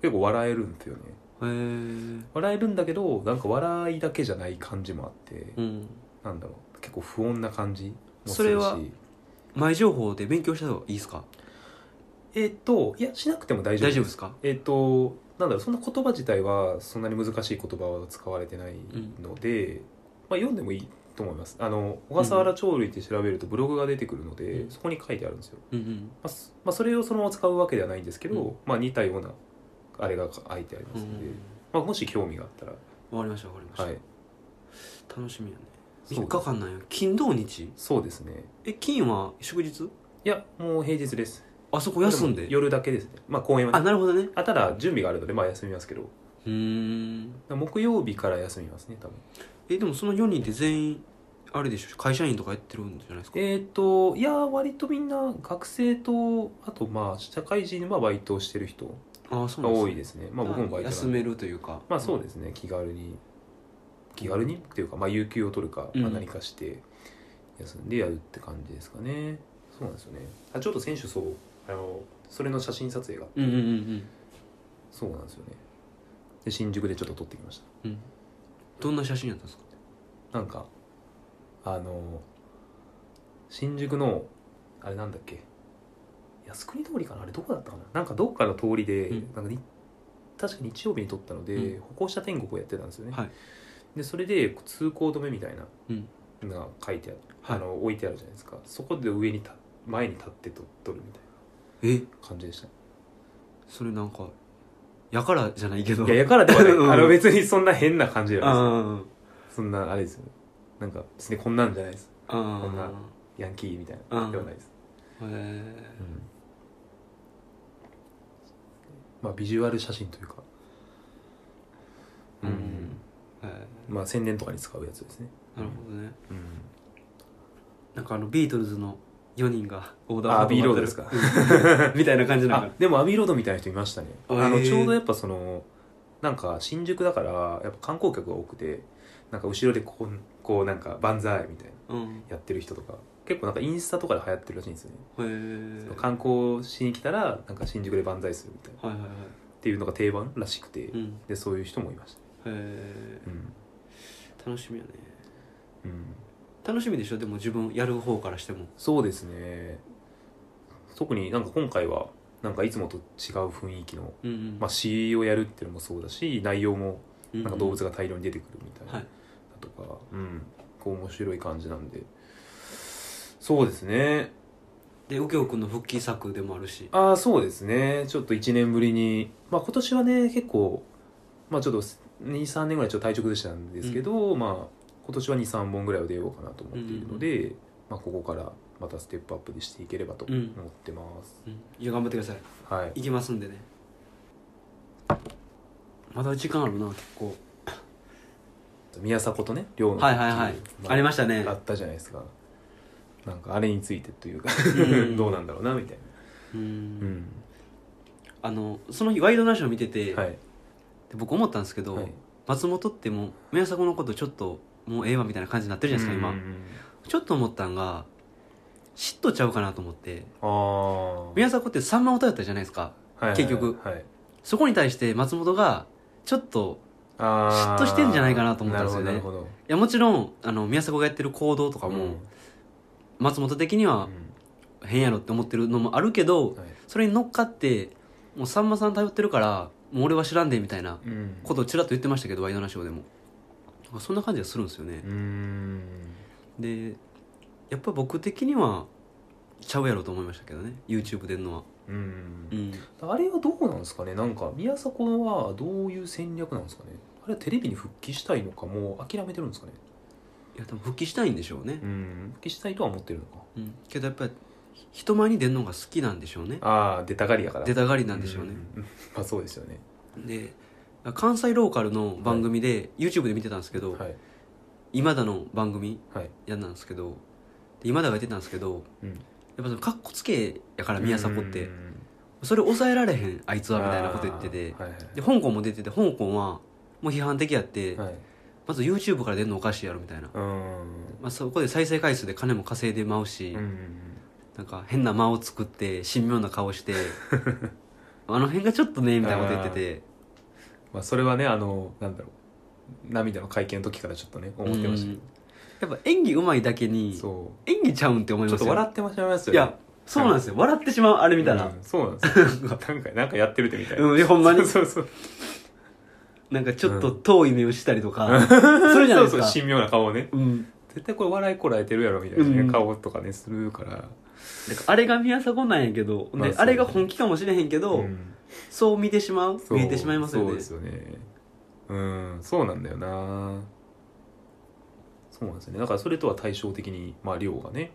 [SPEAKER 2] 結構笑えるんですよね
[SPEAKER 1] へえ
[SPEAKER 2] 笑えるんだけどなんか笑いだけじゃない感じもあって、
[SPEAKER 1] うん
[SPEAKER 2] なんだろう結構不穏な感じもす
[SPEAKER 1] そ
[SPEAKER 2] るし
[SPEAKER 1] れは前情報で勉強した方がいいですか
[SPEAKER 2] えっ、といやしなくても大丈夫
[SPEAKER 1] 大丈夫ですか
[SPEAKER 2] えっ、となんだろうそんな言葉自体はそんなに難しい言葉は使われてないので、まあ、読んでもいいと思いますあの小笠原鳥類って調べるとブログが出てくるので、
[SPEAKER 1] うん
[SPEAKER 2] そこに書いてあるんですよ、ま
[SPEAKER 1] うんうん
[SPEAKER 2] あすまあ、それをそのまま使うわけではないんですけど、
[SPEAKER 1] うん
[SPEAKER 2] まあ、似たようなあれが書いてありま
[SPEAKER 1] う
[SPEAKER 2] すので、
[SPEAKER 1] ん
[SPEAKER 2] まあ、もし興味があったら、
[SPEAKER 1] わかりましたわかりました、
[SPEAKER 2] はい、
[SPEAKER 1] 楽しみやね
[SPEAKER 2] そう
[SPEAKER 1] 3日間なんや金土日
[SPEAKER 2] そうですね
[SPEAKER 1] え金は祝日
[SPEAKER 2] いやもう平日です
[SPEAKER 1] あそこ休ん
[SPEAKER 2] も
[SPEAKER 1] で
[SPEAKER 2] 夜だけですねまあ公演はね
[SPEAKER 1] あなるほどね
[SPEAKER 2] あただ準備があるのでまあ休みますけど
[SPEAKER 1] うーん
[SPEAKER 2] 木曜日から休みますね多分
[SPEAKER 1] えでもその4人って全員あれでしょ会社員とかやってるんじゃないですか
[SPEAKER 2] えっ、といやー割とみんな学生とあとまあ社会人はバイトをしてる人
[SPEAKER 1] ああそう
[SPEAKER 2] が
[SPEAKER 1] なんです
[SPEAKER 2] 多
[SPEAKER 1] ね
[SPEAKER 2] いですねまあ僕もバイト
[SPEAKER 1] 休
[SPEAKER 2] なんで
[SPEAKER 1] めるというか
[SPEAKER 2] まあそうですね気軽に気軽にっていうかまあ有給を取るか、
[SPEAKER 1] うん
[SPEAKER 2] まあ、何かして休んでやるって感じですかねそうなんですよねあちょっと選手そうあのそれの写真撮影が
[SPEAKER 1] うんうんうん
[SPEAKER 2] そうなんですよねで新宿でちょっと撮ってきました
[SPEAKER 1] うんうんどんな写真やったんですか
[SPEAKER 2] なんかあの新宿のあれなんだっけ靖国通りかなあれどこだったかななんかどっかの通りで、
[SPEAKER 1] うん
[SPEAKER 2] なんかに確か日曜日に撮ったので、
[SPEAKER 1] うん
[SPEAKER 2] 歩行者天国をやってたんですよね、
[SPEAKER 1] はい
[SPEAKER 2] でそれで通行止めみたいな
[SPEAKER 1] うん
[SPEAKER 2] のが書いてある、
[SPEAKER 1] はい
[SPEAKER 2] あの置いてあるじゃないですかそこで上にた前に立って撮撮るみたい
[SPEAKER 1] え
[SPEAKER 2] な感じでした
[SPEAKER 1] それなんかやからじゃないけど
[SPEAKER 2] いややからではない、
[SPEAKER 1] うん
[SPEAKER 2] あの別にそんな変な感じじゃないです
[SPEAKER 1] あ
[SPEAKER 2] そんなあれですよなんか別にこんなんじゃないです
[SPEAKER 1] ああ
[SPEAKER 2] こんな
[SPEAKER 1] あ
[SPEAKER 2] ヤンキーみたいなではないです
[SPEAKER 1] へえ
[SPEAKER 2] まあビジュアル写真というか、
[SPEAKER 1] うんへ
[SPEAKER 2] まあ宣伝とかに使うやつですね、
[SPEAKER 1] えなるほどね
[SPEAKER 2] うん、
[SPEAKER 1] なんかあのビートルズの4人がオーダー
[SPEAKER 2] あアビーロードですか
[SPEAKER 1] *laughs* みたいな感じなのか
[SPEAKER 2] あでもアミロードみたいな人いましたね
[SPEAKER 1] あ
[SPEAKER 2] あ
[SPEAKER 1] へ
[SPEAKER 2] の
[SPEAKER 1] ー
[SPEAKER 2] ちょうどやっぱそのなんか新宿だからやっぱ観光客が多くてなんか後ろでこうこうなんか万歳みたいな
[SPEAKER 1] なうんへ
[SPEAKER 2] やってる人とか結構なんかインスタとかで流行ってるらしいんですよね、
[SPEAKER 1] え
[SPEAKER 2] 観光しに来たらなんか新宿で万歳するみた
[SPEAKER 1] は
[SPEAKER 2] いな
[SPEAKER 1] いはいはい
[SPEAKER 2] っていうのが定番らしくて、
[SPEAKER 1] うんへ
[SPEAKER 2] でそういう人もいました、
[SPEAKER 1] え
[SPEAKER 2] うん
[SPEAKER 1] 楽しみやね
[SPEAKER 2] うん、
[SPEAKER 1] 楽しみでしょでも自分やる方からしても
[SPEAKER 2] そうですね特になんか今回はなんかいつもと違う雰囲気の、
[SPEAKER 1] うんうん
[SPEAKER 2] まあ、詩をやるっていうのもそうだし内容も
[SPEAKER 1] うん
[SPEAKER 2] なんか動物が大量に出てくるみたいな
[SPEAKER 1] はい
[SPEAKER 2] だとか、うん、こう面白い感じなんでそうですね
[SPEAKER 1] で右京君の復帰作でもあるし
[SPEAKER 2] ああそうですねちょっと1年ぶりにまあ今年はね結構まあちょっと23年ぐらいちょっと退職でしたんですけど、まあ今年は23本ぐらいは出ようかなと思っているので、まあ、ここからまたステップアップでしていければと思ってます、
[SPEAKER 1] うんいや頑張ってください
[SPEAKER 2] はい
[SPEAKER 1] 行きますんでねまだ時間あるな結構
[SPEAKER 2] 宮迫とね寮の
[SPEAKER 1] はいはいはいありましたね
[SPEAKER 2] あったじゃないですかなんかあれについてというか
[SPEAKER 1] うん
[SPEAKER 2] どうなんだろうなみたいな
[SPEAKER 1] う
[SPEAKER 2] うんん、
[SPEAKER 1] あのその日ワイドナショー見てて、
[SPEAKER 2] はい、
[SPEAKER 1] で僕思ったんですけど、
[SPEAKER 2] はい
[SPEAKER 1] 松本ってもう宮迫のことちょっともうええわみたいな感じになってるじゃないですか、
[SPEAKER 2] うん
[SPEAKER 1] 今ちょっと思ったんが嫉妬ちゃうかなと思って
[SPEAKER 2] あ
[SPEAKER 1] 宮迫ってさんま歌だったじゃないですか
[SPEAKER 2] あ、はいはいはい
[SPEAKER 1] 結局
[SPEAKER 2] はい
[SPEAKER 1] そこに対して松本がちょっと
[SPEAKER 2] あー
[SPEAKER 1] 嫉妬してんじゃないかなと思ったんですよね
[SPEAKER 2] なるほどなる
[SPEAKER 1] いやもちろんあの宮迫がやってる行動とか
[SPEAKER 2] ほど
[SPEAKER 1] も、松本的には変やろって思ってるのもあるけど
[SPEAKER 2] うんはい
[SPEAKER 1] それに乗っかってもうさんまさん頼ってるからもう俺は知らんでみたいな
[SPEAKER 2] うん
[SPEAKER 1] ことをちらっと言ってましたけどワイドナショーでもなんかそんな感じがするんですよね
[SPEAKER 2] うーん
[SPEAKER 1] でやっぱ僕的にはちゃうやろと思いましたけどね YouTube 出るのは
[SPEAKER 2] うん
[SPEAKER 1] うん
[SPEAKER 2] あれはどうなんですかねなんか宮迫はどういう戦略なんですかねあれはテレビに復帰したいのかもう諦めてるんですかね
[SPEAKER 1] いやでも復帰したいんでしょうね、
[SPEAKER 2] うん復帰したいとは思ってるのか
[SPEAKER 1] うん、けどやっぱり人前に出るのが好きなんでしょうね
[SPEAKER 2] ああ出たがりやから
[SPEAKER 1] 出たがりなんでしょうね、
[SPEAKER 2] んまあそうですよね
[SPEAKER 1] で関西ローカルの番組で、YouTube で見てたんですけど、
[SPEAKER 2] はい
[SPEAKER 1] 今田の番組
[SPEAKER 2] はい
[SPEAKER 1] やんなんですけどで今田が言ってたんですけど
[SPEAKER 2] うん
[SPEAKER 1] やっぱそのかっこつけやから宮迫って
[SPEAKER 2] うん
[SPEAKER 1] それ抑えられへんあいつはみたいなこと言ってて
[SPEAKER 2] あーはい
[SPEAKER 1] で香港も出てて香港はもう批判的やって
[SPEAKER 2] はいはい
[SPEAKER 1] まず YouTube から出るのおかしいやろみたいな、
[SPEAKER 2] うん
[SPEAKER 1] まあ、そこで再生回数で金も稼いでまうし、
[SPEAKER 2] うん
[SPEAKER 1] なんか変な間を作って神妙な顔
[SPEAKER 2] *laughs*
[SPEAKER 1] してあの辺がちょっとねみたいなこと言ってて
[SPEAKER 2] まあそれはねあのなんだろう涙の会見の時からちょっとね思ってましたけ
[SPEAKER 1] うん
[SPEAKER 2] ど
[SPEAKER 1] やっぱ演技うまいだけに
[SPEAKER 2] そ
[SPEAKER 1] 演技ちゃうんって思
[SPEAKER 2] う
[SPEAKER 1] い
[SPEAKER 2] ちょ
[SPEAKER 1] ま
[SPEAKER 2] っ
[SPEAKER 1] す
[SPEAKER 2] と
[SPEAKER 1] よ
[SPEAKER 2] 笑ってましまいますよ
[SPEAKER 1] いやそうなんですよ笑ってしまうあれ見たら、
[SPEAKER 2] うんそうなんです
[SPEAKER 1] *laughs*
[SPEAKER 2] よなんかなんかやってるってみたいな、
[SPEAKER 1] うん、ほんまに
[SPEAKER 2] *laughs* そうそう
[SPEAKER 1] なんかちょっと遠い目をしたりと
[SPEAKER 2] *laughs*
[SPEAKER 1] か、それじゃないですか
[SPEAKER 2] そうそう神妙な顔をね
[SPEAKER 1] うん、
[SPEAKER 2] 絶対これ笑いこらえてるやろみたいなね、
[SPEAKER 1] うん
[SPEAKER 2] 顔とかねするから
[SPEAKER 1] だからあれが宮迫なんやけど、
[SPEAKER 2] まあ
[SPEAKER 1] で
[SPEAKER 2] そう
[SPEAKER 1] あれが本気かもしれへんけど、
[SPEAKER 2] ん
[SPEAKER 1] そう見てしまう
[SPEAKER 2] そう
[SPEAKER 1] 見えてしまいますよ
[SPEAKER 2] そう
[SPEAKER 1] ね
[SPEAKER 2] ですよねうんそうなんだよなそうなんですよねだからそれとは対照的にまあ亮がね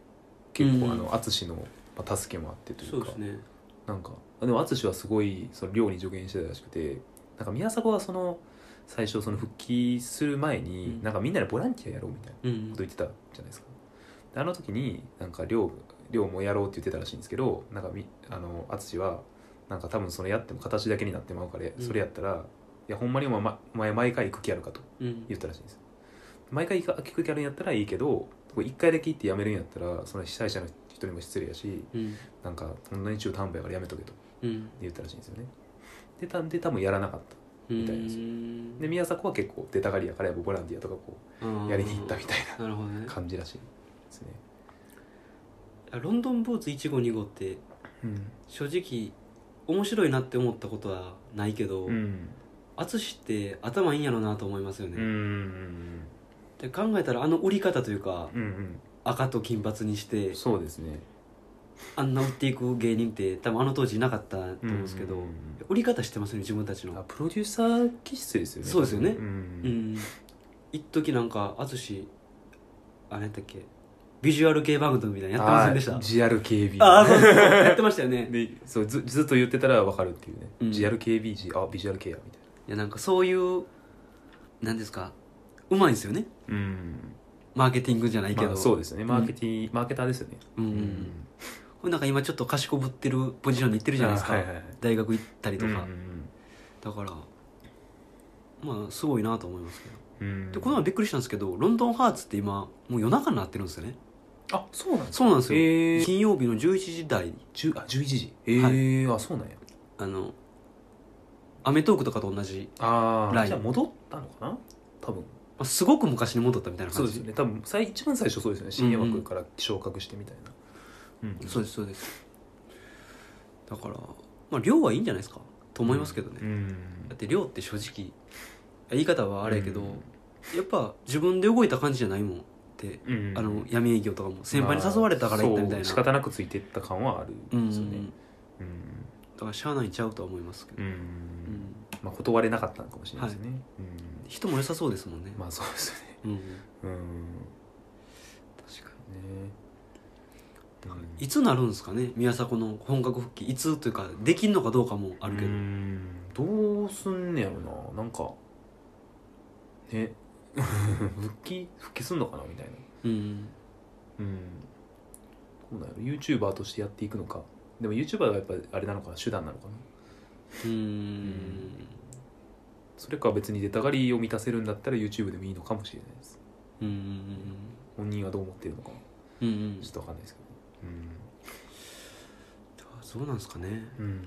[SPEAKER 2] 結
[SPEAKER 1] うん
[SPEAKER 2] 構あの淳、のまあ、助けもあってというか
[SPEAKER 1] そうですね
[SPEAKER 2] なんかでも淳はすごいその寮に助言してたらしくてなんか宮迫はその最初その復帰する前に、
[SPEAKER 1] うん
[SPEAKER 2] なんかみんなでボランティアやろうみたいなこ
[SPEAKER 1] うん
[SPEAKER 2] と言ってたじゃないですかであの時になんか寮寮もやろうって言ってたらしいんですけどなんかみあの淳はなんか多分それやっても形だけになってまうから、
[SPEAKER 1] うん
[SPEAKER 2] それやったら「いやほんまにお前まお前毎回行く気あるか」と
[SPEAKER 1] うん
[SPEAKER 2] 言ったらしいんですよ毎回行く気あるんやったらいいけどこれ一回だけ行ってやめるんやったらその被災者の人にも失礼やし
[SPEAKER 1] うん
[SPEAKER 2] なんかそんなに中途半端やからやめとけと
[SPEAKER 1] うん
[SPEAKER 2] って言ったらしいんですよねでたで多分やらなかったみたいですで宮迫は結構出たがりやからやっぱボランティアとかこうやりに行ったみたい
[SPEAKER 1] たなるほどね
[SPEAKER 2] な感じらしいですね、
[SPEAKER 1] ロンドンブーツ152号って
[SPEAKER 2] うん
[SPEAKER 1] 正直面白いなって思ったことはないけど
[SPEAKER 2] うん
[SPEAKER 1] 淳、って頭いいんやろうなと思いますよ
[SPEAKER 2] う
[SPEAKER 1] ね、
[SPEAKER 2] ん
[SPEAKER 1] で考えたらあの売り方というか
[SPEAKER 2] うん
[SPEAKER 1] 赤と金髪にして
[SPEAKER 2] そうですね
[SPEAKER 1] あんな売っていく芸人って多分あの当時いなかったと思うんですけど、
[SPEAKER 2] うんうん
[SPEAKER 1] 売り方してますね自分たち
[SPEAKER 2] うんあ
[SPEAKER 1] の
[SPEAKER 2] プロデューサー気質ですよね
[SPEAKER 1] そうですよね
[SPEAKER 2] うん
[SPEAKER 1] うん一時なんか淳あれやったっけビジュアル系番組みたいなのやってませんでした
[SPEAKER 2] はい GRKB
[SPEAKER 1] ああそうそうそうやってましたよね
[SPEAKER 2] *laughs* でそうずずっと言ってたら分かるっていうね、
[SPEAKER 1] うん
[SPEAKER 2] GRKBG あビジュアル系やみたい
[SPEAKER 1] いやなんかそういうなんですかうまいんですよね
[SPEAKER 2] なうん
[SPEAKER 1] マーケティングじゃないけど、
[SPEAKER 2] まあ、そうですよねマーケティ、マーケターですよね
[SPEAKER 1] うんうんこれなんか今ちょっと賢ぶってるポジションに行ってるじゃないですか、
[SPEAKER 2] あはいはいはい
[SPEAKER 1] 大学行ったりとか、
[SPEAKER 2] うんうん
[SPEAKER 1] だからまあすごいなと思いますけど、
[SPEAKER 2] うん
[SPEAKER 1] でこの前びっくりしたんですけどロンドンハーツって今もう夜中になってるんですよね
[SPEAKER 2] あそうなんですか
[SPEAKER 1] そうなんですよ、
[SPEAKER 2] へー
[SPEAKER 1] 金曜日の11時台に
[SPEAKER 2] 十あ11時ええあそうなんや
[SPEAKER 1] あの『アメトーーク』とかと同じ、
[SPEAKER 2] あ
[SPEAKER 1] ライ
[SPEAKER 2] あ
[SPEAKER 1] ン
[SPEAKER 2] じゃあ戻ったのかな多分
[SPEAKER 1] まあ、すごく昔に戻ったみたいな
[SPEAKER 2] そ
[SPEAKER 1] 感
[SPEAKER 2] う
[SPEAKER 1] じ
[SPEAKER 2] ですよね多分さい一番最初そうですよね深夜枠から昇格してみたいな、うん
[SPEAKER 1] そうですそうですだからまあ量はいいんじゃないですかと思いますけどね、
[SPEAKER 2] うん
[SPEAKER 1] だって量って正直言い方はあれやけど、
[SPEAKER 2] うん
[SPEAKER 1] やっぱ自分で動いた感じじゃないもんって、
[SPEAKER 2] うん
[SPEAKER 1] あの闇営業とかも先輩に誘われたから行ったみたい
[SPEAKER 2] まあ
[SPEAKER 1] な、
[SPEAKER 2] そう仕方なくついてった感はある
[SPEAKER 1] うん
[SPEAKER 2] んですよねうん、
[SPEAKER 1] だからしゃあないんちゃうとは思いますけど、
[SPEAKER 2] うん
[SPEAKER 1] うん
[SPEAKER 2] まあ、断れなかったのかもしれないですね、
[SPEAKER 1] 人も良さそうですもんね、
[SPEAKER 2] うん、まあそうですよね
[SPEAKER 1] うん、
[SPEAKER 2] うん
[SPEAKER 1] 確か
[SPEAKER 2] ね
[SPEAKER 1] にいつなるんですかね宮迫の本格復帰いつというかできんのかどうかもあるけど、
[SPEAKER 2] うんどうすんねやろななんかね *laughs* 復帰復帰すんのかなみたいな
[SPEAKER 1] うん
[SPEAKER 2] うんどうなんやろ YouTuber としてやっていくのかでも YouTuber がやっぱりあれなのかな手段なのかな
[SPEAKER 1] うん
[SPEAKER 2] それか別に出たがりを満たせるんだったら YouTube でもいいのかもしれないです
[SPEAKER 1] うんうん
[SPEAKER 2] 本人はどう思ってるのかも
[SPEAKER 1] うんうん
[SPEAKER 2] ちょっとわかんないですけど
[SPEAKER 1] そうなんですかね
[SPEAKER 2] うん、うん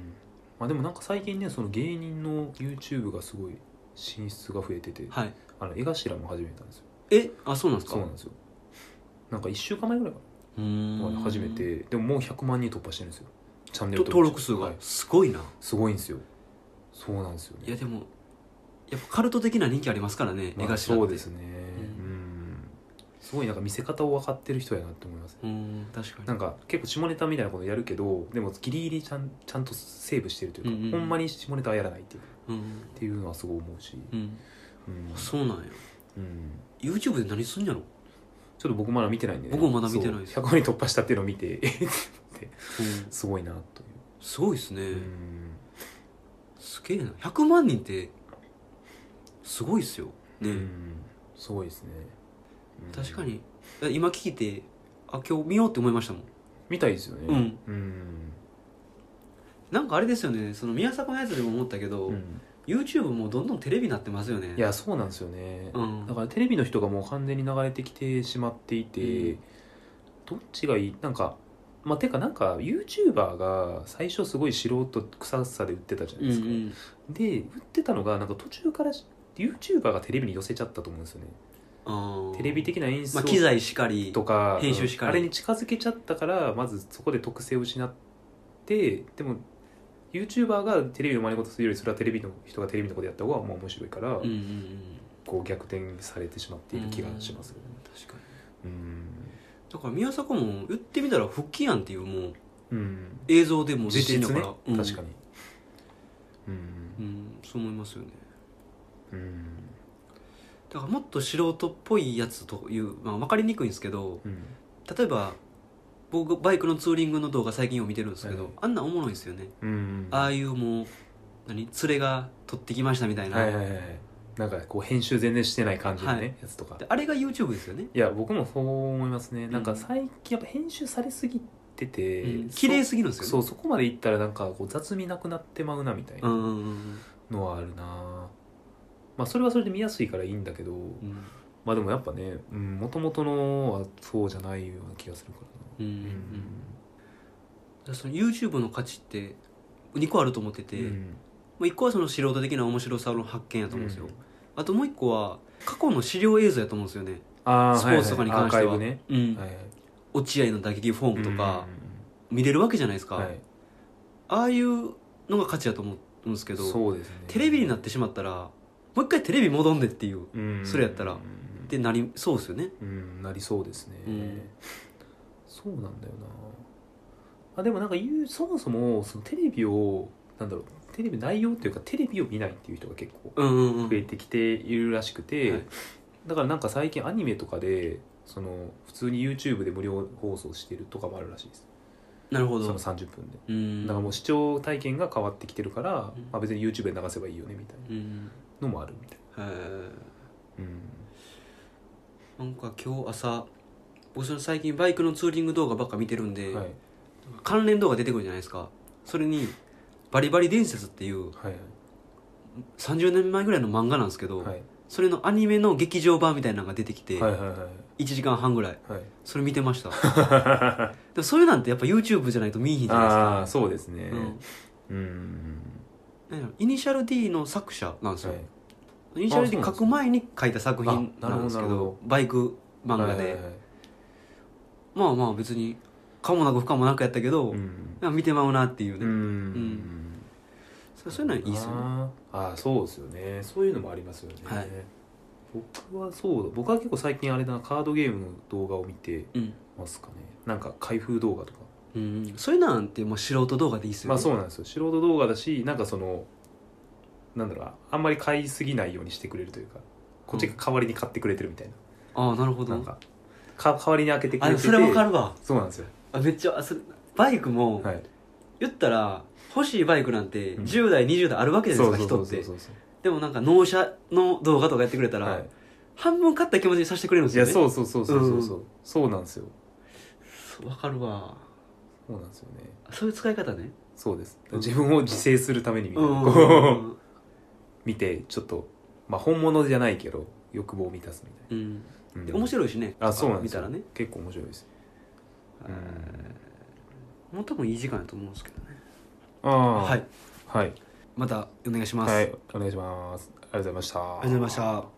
[SPEAKER 2] まあ、でもなんか最近ねその芸人の YouTube がすごい進出が増えてて
[SPEAKER 1] はい
[SPEAKER 2] あの絵頭も始めたんですよ
[SPEAKER 1] えあそうなんですか
[SPEAKER 2] そうなんですよなんか1週間前ぐらいか
[SPEAKER 1] うー
[SPEAKER 2] な、
[SPEAKER 1] ん
[SPEAKER 2] 初めてでももう100万人突破してるんですよチャンネル
[SPEAKER 1] と登録数
[SPEAKER 2] は
[SPEAKER 1] が
[SPEAKER 2] い
[SPEAKER 1] すごいな、
[SPEAKER 2] すごいんですよそうなんですよね
[SPEAKER 1] い、やでもやっぱカルト的な人気ありますからね、
[SPEAKER 2] ま
[SPEAKER 1] 絵
[SPEAKER 2] あ、
[SPEAKER 1] 頭って
[SPEAKER 2] そうですね
[SPEAKER 1] う
[SPEAKER 2] うんん、すごいなんか見せ方を分かってる人やなって思いますね
[SPEAKER 1] うーん確かに
[SPEAKER 2] なんか結構下ネタみたいなことやるけどでもギリギリちゃんちゃんとセーブしてるというか、
[SPEAKER 1] うんうん
[SPEAKER 2] ほんまに下ネタはやらないっていう
[SPEAKER 1] うん、
[SPEAKER 2] っていうのはすごい思うし、
[SPEAKER 1] うん、
[SPEAKER 2] うん
[SPEAKER 1] そうなんや
[SPEAKER 2] うん、
[SPEAKER 1] YouTube で何すんやろ、
[SPEAKER 2] ちょっと僕まだ見てないんで、
[SPEAKER 1] 僕もまだ見てないです
[SPEAKER 2] そう100人突破したっていうのを見て
[SPEAKER 1] う
[SPEAKER 2] *laughs*
[SPEAKER 1] ん、
[SPEAKER 2] すごいなとい
[SPEAKER 1] すごいですね、
[SPEAKER 2] う、うん
[SPEAKER 1] すげえな100万人ってすごいっすよね、
[SPEAKER 2] うんすごいですね、うん
[SPEAKER 1] 確かに今聞いてあ今日見ようって思いましたもん
[SPEAKER 2] 見たいですよね
[SPEAKER 1] うん、
[SPEAKER 2] うん
[SPEAKER 1] なんかあれですよねその宮迫のやつでも思ったけど、
[SPEAKER 2] うん、
[SPEAKER 1] YouTube もどんどんテレビになってますよね
[SPEAKER 2] いやそうなんですよね、
[SPEAKER 1] うん
[SPEAKER 2] だからテレビの人がもう完全に流れてきてしまっていて、
[SPEAKER 1] うん
[SPEAKER 2] どっちがいいなんかまあてかなんか YouTuber が最初すごい素人臭さで売ってたじゃな
[SPEAKER 1] う
[SPEAKER 2] い
[SPEAKER 1] んう
[SPEAKER 2] ですか、
[SPEAKER 1] ん
[SPEAKER 2] で売ってたのがなんか途中から YouTuber がテレビに寄せちゃったと思うんですよね、
[SPEAKER 1] あー
[SPEAKER 2] テレビ的な演出
[SPEAKER 1] ま
[SPEAKER 2] を
[SPEAKER 1] あ、機材しかり
[SPEAKER 2] とか
[SPEAKER 1] 編集しかり
[SPEAKER 2] あれに近づけちゃったからまずそこで特性を失ってでも YouTuber がテレビの真似事するよりそれはテレビの人がテレビのことやった方がまあ面白いから、
[SPEAKER 1] うんうんうん
[SPEAKER 2] こう逆転されてしまっている気がしますよね
[SPEAKER 1] 確かに
[SPEAKER 2] うん
[SPEAKER 1] だから宮迫も言ってみたら復帰やんっていうもう
[SPEAKER 2] うん
[SPEAKER 1] 映像でも出て
[SPEAKER 2] 実
[SPEAKER 1] んだか
[SPEAKER 2] 質ね
[SPEAKER 1] ら、うん
[SPEAKER 2] 確かにう
[SPEAKER 1] うんんそう思いますよね
[SPEAKER 2] うん
[SPEAKER 1] だからもっと素人っぽいやつという、まあ、分かりにくいんですけど
[SPEAKER 2] うん
[SPEAKER 1] 例えば僕バイクのツーリングの動画最近よう見てるんですけど、
[SPEAKER 2] はい
[SPEAKER 1] あんなんおもろいんですよね
[SPEAKER 2] うん
[SPEAKER 1] ああいうもう何連れが取ってきましたみたいな、
[SPEAKER 2] はいはいはいなんかこう編集全然してない感じのね、
[SPEAKER 1] はい
[SPEAKER 2] やつとか
[SPEAKER 1] であれが YouTube ですよね、
[SPEAKER 2] いや僕もそう思いますねなん
[SPEAKER 1] う
[SPEAKER 2] か
[SPEAKER 1] ん
[SPEAKER 2] 最近やっぱ編集されすぎてて、
[SPEAKER 1] うん綺麗
[SPEAKER 2] そ
[SPEAKER 1] すぎるんです
[SPEAKER 2] そ
[SPEAKER 1] よ
[SPEAKER 2] う
[SPEAKER 1] ね
[SPEAKER 2] そこまでいったらなんかこう雑味なくなってまうなみたい
[SPEAKER 1] うん
[SPEAKER 2] な
[SPEAKER 1] うんうん
[SPEAKER 2] のはあるな、まあそれはそれで見やすいからいいんだけど
[SPEAKER 1] うん
[SPEAKER 2] まあでもやっぱねもともとのはそうじゃないような気がするか
[SPEAKER 1] うんうんう
[SPEAKER 2] らな、
[SPEAKER 1] んだからその YouTube の価値って2個あると思ってて、
[SPEAKER 2] うん
[SPEAKER 1] まあ、1個はその素人的な面白さの発見やと思うんですよ、
[SPEAKER 2] うん
[SPEAKER 1] あともう1個は過去の資料映像やと思うんですよね、
[SPEAKER 2] あ
[SPEAKER 1] スポーツとかに関しては、
[SPEAKER 2] はいはい、アーカイブね、
[SPEAKER 1] うん
[SPEAKER 2] はいはい
[SPEAKER 1] 落合の打撃フォームとか
[SPEAKER 2] うん
[SPEAKER 1] 見れるわけじゃないですか、
[SPEAKER 2] はい、
[SPEAKER 1] ああいうのが価値やと思うんですけど、
[SPEAKER 2] そうですね
[SPEAKER 1] テレビになってしまったらもう一回テレビ戻んでっていう
[SPEAKER 2] うん
[SPEAKER 1] それやったらでなりそうですよね
[SPEAKER 2] うん、なりそうですね、
[SPEAKER 1] うん
[SPEAKER 2] そうなんだよなあでもなんか言うそもそもそのテレビをなんだろうテレビ内容というかテレビを見ないっていう人が結構
[SPEAKER 1] うんうんうん
[SPEAKER 2] 増えてきているらしくて、
[SPEAKER 1] はい
[SPEAKER 2] だからなんか最近アニメとかでその普通に YouTube で無料放送してるとかもあるらしいです
[SPEAKER 1] なるほ
[SPEAKER 2] そ
[SPEAKER 1] ど
[SPEAKER 2] の30分で、
[SPEAKER 1] うん
[SPEAKER 2] だからもう視聴体験が変わってきてるから、
[SPEAKER 1] うん
[SPEAKER 2] まあ、別に YouTube で流せばいいよねみたいな
[SPEAKER 1] うん
[SPEAKER 2] のもあるみたい
[SPEAKER 1] へー
[SPEAKER 2] な、
[SPEAKER 1] なんか今日朝僕その最近バイクのツーリング動画ばっか見てるん
[SPEAKER 2] う
[SPEAKER 1] で、
[SPEAKER 2] ん、はい
[SPEAKER 1] 関連動画出てくるじゃないですかそれに「バリバリ伝説」っていう
[SPEAKER 2] はい
[SPEAKER 1] 30年前ぐらいの漫画なんですけど、
[SPEAKER 2] はいはい
[SPEAKER 1] それのアニメの劇場版みたいなのが出てきて、
[SPEAKER 2] はいはいはい
[SPEAKER 1] 1時間半ぐらい
[SPEAKER 2] はい
[SPEAKER 1] それ見てましたで
[SPEAKER 2] *laughs*
[SPEAKER 1] もそういうなんてやっぱ YouTube じゃないと見えひんじゃないですか
[SPEAKER 2] ああそうですね
[SPEAKER 1] うん
[SPEAKER 2] うん、
[SPEAKER 1] なんやろイニシャル D の作者なんですよ、
[SPEAKER 2] はい
[SPEAKER 1] イニシャル D 書
[SPEAKER 2] あそうなんですね
[SPEAKER 1] く前に書いた作品
[SPEAKER 2] あなる
[SPEAKER 1] なん
[SPEAKER 2] ほど
[SPEAKER 1] ですけど
[SPEAKER 2] なるほ
[SPEAKER 1] バイク漫画で、
[SPEAKER 2] はいはいはい
[SPEAKER 1] まあまあ別に可もなく不可もなくやったけど、
[SPEAKER 2] うん
[SPEAKER 1] なんか見てまうなっていう
[SPEAKER 2] う
[SPEAKER 1] ね、
[SPEAKER 2] ん
[SPEAKER 1] そそういうのはいいですよね
[SPEAKER 2] あーあーそうですよねそういうのもありますよね、
[SPEAKER 1] はい
[SPEAKER 2] 僕はそうだ僕は結構最近あれだなカードゲームの動画を見て
[SPEAKER 1] うん、
[SPEAKER 2] ますかねなんか開封動画とか、
[SPEAKER 1] うん、そういうなんてもう素人動画でいいですよね、
[SPEAKER 2] まあそうなんですよ素人動画だしなんかそのなんだろうなあんまり買いすぎないようにしてくれるというかこっちが代わりに買ってくれてるみたいな、
[SPEAKER 1] ああなるほ
[SPEAKER 2] なん
[SPEAKER 1] ど
[SPEAKER 2] かか代わりに開けてく
[SPEAKER 1] あ
[SPEAKER 2] れ
[SPEAKER 1] で
[SPEAKER 2] て
[SPEAKER 1] も
[SPEAKER 2] て
[SPEAKER 1] それわかるわ
[SPEAKER 2] そうなんですよ
[SPEAKER 1] あめっちゃあそれバイクも、
[SPEAKER 2] はい
[SPEAKER 1] 言ったら欲しいバイクなんて
[SPEAKER 2] うん
[SPEAKER 1] 10代20代あるわけじゃないですか、
[SPEAKER 2] そうそうそ
[SPEAKER 1] 人っ
[SPEAKER 2] う
[SPEAKER 1] て
[SPEAKER 2] そうそう
[SPEAKER 1] でもなんか納車の動画とかやってくれたら、
[SPEAKER 2] は
[SPEAKER 1] 半分買った気持ちにさせてくれるんで
[SPEAKER 2] いい
[SPEAKER 1] すよ
[SPEAKER 2] や
[SPEAKER 1] ね
[SPEAKER 2] そうそうそうそうそうそううそうなんですよ
[SPEAKER 1] そうわかるわ
[SPEAKER 2] そうなんですよね
[SPEAKER 1] そういう使い方ね
[SPEAKER 2] そうです
[SPEAKER 1] うん
[SPEAKER 2] 自分を自制するためにみたいなこう *laughs*
[SPEAKER 1] うん
[SPEAKER 2] 見てちょっとまあ本物じゃないけど欲望を満たすみたい *laughs*
[SPEAKER 1] うん
[SPEAKER 2] な、
[SPEAKER 1] で面
[SPEAKER 2] い
[SPEAKER 1] 白いしね
[SPEAKER 2] あそうなんで
[SPEAKER 1] 見
[SPEAKER 2] す
[SPEAKER 1] た
[SPEAKER 2] よ
[SPEAKER 1] らね
[SPEAKER 2] 結構面白いですうん
[SPEAKER 1] もう多分いい時間だと思うんですけどね
[SPEAKER 2] ああ
[SPEAKER 1] はい
[SPEAKER 2] はい
[SPEAKER 1] またお願いします、
[SPEAKER 2] は
[SPEAKER 1] あり
[SPEAKER 2] いお願いしますありがとうございましたありが
[SPEAKER 1] がとうございました